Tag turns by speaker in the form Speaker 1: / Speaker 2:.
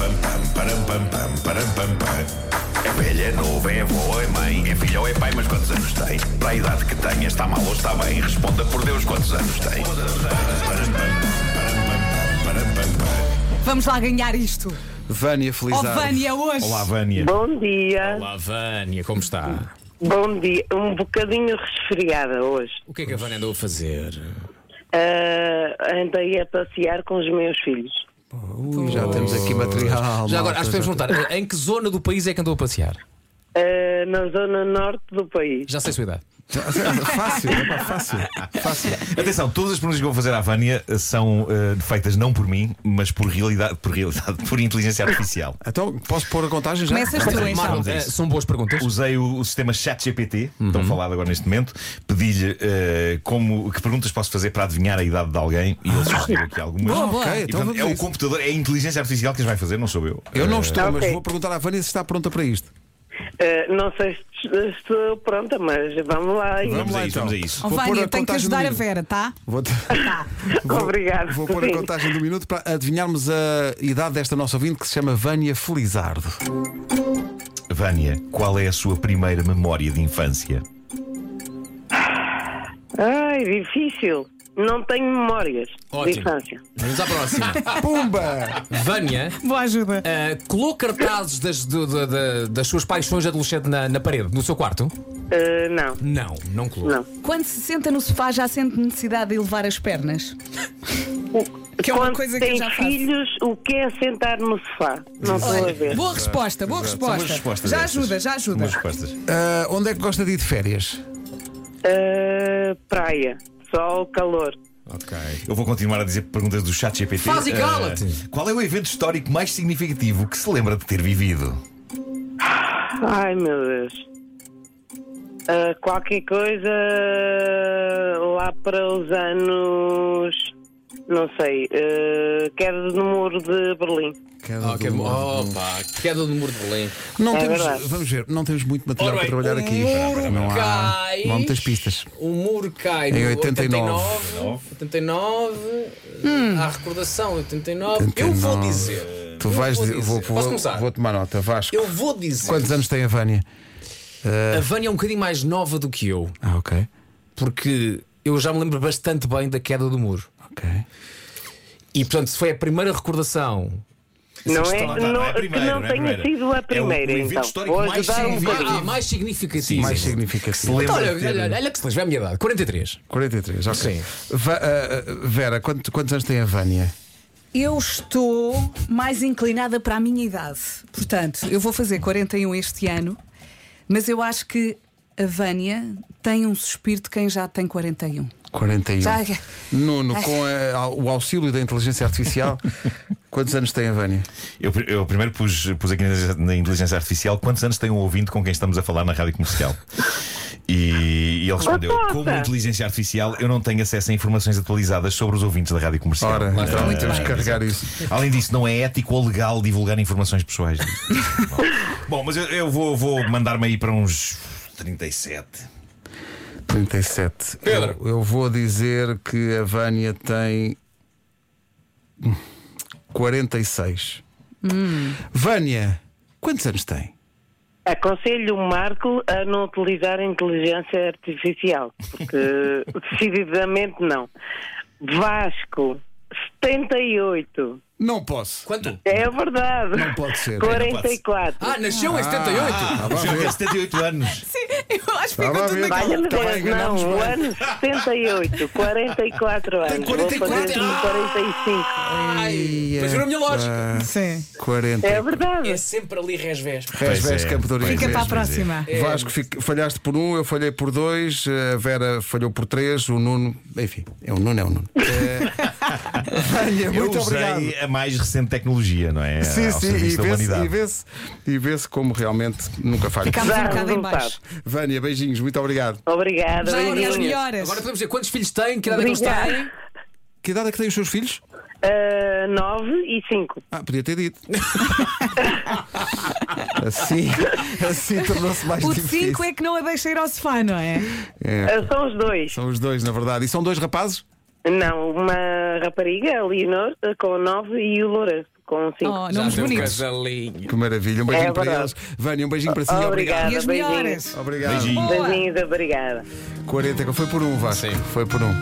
Speaker 1: param, pam, pam, param, pam, pam. É velha, é novo, é avô, é mãe, é filho ou é pai, mas quantos anos tem? Para a idade que tenha, está mal ou está bem? Responda por Deus quantos anos tem. Param, pam, param, pam, param, pam, pam.
Speaker 2: Vamos lá ganhar isto.
Speaker 3: Vânia,
Speaker 2: Oh,
Speaker 3: feliz
Speaker 2: Vânia, hoje.
Speaker 4: Olá, Vânia.
Speaker 5: Bom dia.
Speaker 6: Olá, Vânia, como está?
Speaker 5: Bom dia. Um bocadinho resfriada hoje.
Speaker 6: O que é que a Vânia andou a fazer?
Speaker 5: Ah, andei a passear com os meus filhos.
Speaker 3: Ui, já temos aqui material.
Speaker 6: Já agora,
Speaker 3: malta,
Speaker 6: acho que
Speaker 3: já
Speaker 6: podemos perguntar, em que zona do país é que andou a passear?
Speaker 5: Ah, na zona norte do país.
Speaker 6: Já sei a sua idade.
Speaker 3: Fácil, epá, fácil. é Fácil.
Speaker 4: Atenção, todas as perguntas que vou fazer à Vânia eh, são eh, feitas não por mim, mas por realidade, por realidade, por inteligência artificial.
Speaker 3: Então, posso pôr a contagem já?
Speaker 2: Começas tu,
Speaker 4: Vamos
Speaker 2: então.
Speaker 4: a
Speaker 6: Eh,
Speaker 4: isso.
Speaker 6: são boas perguntas.
Speaker 4: Usei o, o sistema ChatGPT, tão falado agora neste momento, pedi-lhe eh, como que perguntas posso fazer para adivinhar a idade de alguém e ele sugeriu aqui algumas.
Speaker 3: Boa,
Speaker 4: E,
Speaker 3: boa. Ok, então
Speaker 4: portanto,
Speaker 3: vamos
Speaker 4: é
Speaker 3: a
Speaker 4: o
Speaker 3: isso.
Speaker 4: computador, é a inteligência artificial que as vai fazer, não sou eu.
Speaker 3: Eu não
Speaker 4: Eh,
Speaker 3: estou, mas
Speaker 5: Ok.
Speaker 3: vou perguntar à Vânia se está pronta para isto.
Speaker 5: Ah, não sei se est- estou pronta, mas vamos lá.
Speaker 4: Vamos
Speaker 3: lá,
Speaker 4: a isso,
Speaker 3: então.
Speaker 4: vamos a isso.
Speaker 2: Oh,
Speaker 3: Vou pôr a
Speaker 2: Vânia, tenho que
Speaker 3: contagem
Speaker 2: ajudar
Speaker 3: no
Speaker 2: a
Speaker 3: minuto.
Speaker 2: Vera, tá?
Speaker 3: Vou, te-
Speaker 5: Obrigado.
Speaker 3: vou pôr a
Speaker 5: Sim.
Speaker 3: contagem do minuto para adivinharmos a idade desta nossa ouvinte que se chama Vânia Felizardo.
Speaker 4: Vânia, qual é a sua primeira memória de infância?
Speaker 5: Ai, difícil. Não tenho memórias de
Speaker 6: Ótimo.
Speaker 5: infância.
Speaker 6: Vamos à próxima.
Speaker 3: Pumba!
Speaker 6: Vânia
Speaker 2: Boa ajuda.
Speaker 6: eh, colou cartazes das, do- da- da- das suas paixões de adolescente na, na parede, no seu quarto?
Speaker 5: Ah, não,
Speaker 6: Não, não colou.
Speaker 5: não.
Speaker 2: Quando se senta no sofá, já sente necessidade de elevar as pernas?
Speaker 5: O-
Speaker 2: Que é uma
Speaker 5: Quando
Speaker 2: coisa que eu
Speaker 5: tem
Speaker 2: já faço.
Speaker 5: filhos, o que é sentar no sofá? Não estou a ver.
Speaker 2: Boa resposta, boa
Speaker 4: São
Speaker 2: resposta.
Speaker 4: umas respostas
Speaker 2: Já
Speaker 4: destas.
Speaker 2: ajuda, já ajuda.
Speaker 4: Umas respostas.
Speaker 3: Ah, onde é que gosta de ir de férias?
Speaker 5: Ah, praia, sol, calor.
Speaker 6: Ok.
Speaker 4: Eu vou continuar a dizer perguntas do chat GPT.
Speaker 6: Faz e cala-te.
Speaker 4: qual é o evento histórico mais significativo que se lembra de ter vivido?
Speaker 5: Ai meu Deus. Ah, qualquer coisa ah, lá para os anos. Não sei. ah, queda do muro de Berlim.
Speaker 3: Cada
Speaker 6: Ok,
Speaker 3: do-
Speaker 6: opa, queda do muro de Belém.
Speaker 3: Não
Speaker 5: É
Speaker 3: temos,
Speaker 5: verdade.
Speaker 3: vamos ver, não temos muito material
Speaker 6: oh. Ora bem, um
Speaker 3: para trabalhar
Speaker 6: o
Speaker 3: aqui.
Speaker 6: muro
Speaker 3: não, há,
Speaker 6: cai.
Speaker 3: não há muitas pistas.
Speaker 6: O muro cai
Speaker 3: Em
Speaker 6: no
Speaker 3: 89.
Speaker 6: 89. 89.
Speaker 3: Hum.
Speaker 6: Há recordação, 89. Eu vou
Speaker 3: 89.
Speaker 6: dizer.
Speaker 3: Tu
Speaker 6: eu
Speaker 3: vais
Speaker 6: vou
Speaker 3: dizer- vou,
Speaker 6: Posso
Speaker 3: vou-
Speaker 6: começar?
Speaker 3: vou tomar nota, Vasco.
Speaker 6: Eu vou dizer.
Speaker 3: Quantos anos tem a Vânia?
Speaker 6: A Vânia é um bocadinho mais nova do que eu,
Speaker 3: Ah, ok.
Speaker 6: porque eu já me lembro bastante bem da queda do muro.
Speaker 3: Ok.
Speaker 6: E portanto, se foi a primeira recordação.
Speaker 5: Não é,
Speaker 4: Está lá,
Speaker 5: não,
Speaker 4: é a
Speaker 5: que
Speaker 4: primeira,
Speaker 5: não
Speaker 4: é a
Speaker 5: tenha
Speaker 4: primeira.
Speaker 5: sido a
Speaker 4: é
Speaker 5: primeira,
Speaker 4: o, o evento
Speaker 5: então.
Speaker 4: histórico
Speaker 5: Vou
Speaker 4: mais
Speaker 5: ajudar um
Speaker 4: significativo.
Speaker 5: bocadinho.
Speaker 6: Ah, mais significativo.
Speaker 3: Mais
Speaker 4: Se
Speaker 3: significativo.
Speaker 4: lembra
Speaker 6: Olha,
Speaker 4: de ter...
Speaker 6: olha, olha que se vê a minha idade, 43.
Speaker 3: 43, ok.
Speaker 6: Sim.
Speaker 3: Va- ah, ah, Vera, quanto- quantos anos tem a Vânia?
Speaker 2: Eu estou mais inclinada para a minha idade. Portanto, eu vou fazer 41 este ano, mas eu acho que a Vânia tem um suspiro de quem já tem 41.
Speaker 3: 41.
Speaker 2: Já-
Speaker 3: Nuno,
Speaker 2: Ai.
Speaker 3: com a- ao- o auxílio da inteligência artificial, quantos anos tem a Vânia?
Speaker 4: Eu, eu primeiro pus, pus aqui na, na inteligência artificial quantos anos tem um ouvinte com quem estamos a falar na rádio comercial. E, e ele respondeu:
Speaker 5: Batata!
Speaker 4: Como inteligência artificial, eu não tenho acesso a informações atualizadas sobre os ouvintes da rádio comercial.
Speaker 3: Ora,
Speaker 4: Ah,
Speaker 3: então temos que
Speaker 4: exato.
Speaker 3: carregar isso.
Speaker 4: Além disso, não é ético ou legal divulgar informações pessoais. Bom, Bom, mas eu, eu vou, vou mandar-me aí para uns 37.
Speaker 3: 37.
Speaker 6: Pedro.
Speaker 3: Eu, eu vou dizer que a Vânia tem 46. Vânia, quantos anos tem?
Speaker 5: Aconselho o Marco a não utilizar a inteligência artificial, porque decididamente não. Vasco, 78.
Speaker 3: Não posso.
Speaker 6: Quanto?
Speaker 5: É verdade.
Speaker 3: Não pode ser.
Speaker 5: 44.
Speaker 6: Ah, nasceu em 78.
Speaker 3: Ah,
Speaker 4: O João tem 78 anos.
Speaker 2: Sim, eu acho que é ficou
Speaker 3: Tá lá
Speaker 2: tudo
Speaker 3: mesmo.
Speaker 2: naquela.
Speaker 5: Olha-me
Speaker 3: Também
Speaker 5: Deus, não,
Speaker 3: enganámos
Speaker 5: o
Speaker 3: bem.
Speaker 5: ano 78, 44 anos. Vou
Speaker 3: 44?
Speaker 5: fazer assim 45.
Speaker 6: Ai,
Speaker 3: Ia
Speaker 6: mas virou a é, minha lógica.
Speaker 3: pá,
Speaker 2: Sim.
Speaker 3: 40.
Speaker 5: É
Speaker 6: É
Speaker 5: verdade.
Speaker 6: sempre ali resvés.
Speaker 3: Pés,
Speaker 4: Pois
Speaker 3: pés,
Speaker 4: é,
Speaker 3: campo de Oriente.
Speaker 2: Fica para a
Speaker 4: Mesmo,
Speaker 2: próxima.
Speaker 3: Vasco, fic- falhaste por um, eu falhei por dois, a Vera falhou por três, o Nuno. Enfim, é o Nuno, é o Nuno. É, Vânia,
Speaker 4: Eu
Speaker 3: muito
Speaker 4: usei
Speaker 3: obrigado.
Speaker 4: a mais recente tecnologia, não é?
Speaker 3: Sim,
Speaker 4: Ao
Speaker 3: sim,
Speaker 4: serviço
Speaker 3: e
Speaker 4: da
Speaker 3: vê-se
Speaker 4: humanidade.
Speaker 3: e vê-se e vê-se como realmente nunca falha.
Speaker 2: Ficámos um
Speaker 5: Dá
Speaker 2: bocado em
Speaker 5: resultado.
Speaker 2: baixo.
Speaker 3: Vânia, beijinhos, muito obrigado.
Speaker 5: Obrigada.
Speaker 2: Já é as
Speaker 5: beijinhos.
Speaker 2: melhoras.
Speaker 6: Agora podemos dizer quantos filhos têm, que idade é que eles têm.
Speaker 5: Obrigada.
Speaker 3: Que idade é que têm os seus filhos?
Speaker 5: Ah, 9 e 5.
Speaker 3: Ah, podia ter dito. assim assim tornou-se mais
Speaker 2: O de
Speaker 3: difícil.
Speaker 2: 5 é que não a deixa ir ao sofá, não é?
Speaker 3: É,
Speaker 5: Ah, são os dois.
Speaker 3: São os dois, na verdade. E são dois rapazes?
Speaker 5: Não, uma rapariga, a Leonor, com 9 e o Lourenço, com 5.
Speaker 2: Oh,
Speaker 6: Já
Speaker 2: nomes
Speaker 6: deu um
Speaker 2: bonitos.
Speaker 6: casalinho.
Speaker 3: Que maravilha. Um beijinho
Speaker 5: É
Speaker 3: para eles.
Speaker 5: verdade.
Speaker 3: Vânia, um beijinho para si.
Speaker 5: Obrigada.
Speaker 2: E as
Speaker 5: Beijinhos.
Speaker 2: melhores.
Speaker 3: Obrigado.
Speaker 4: Beijinho.
Speaker 2: Oh, Boa.
Speaker 5: Beijinhos, obrigada.
Speaker 3: Obrigado. 40, foi por um, Vasco.
Speaker 6: Sim.
Speaker 3: Foi por um.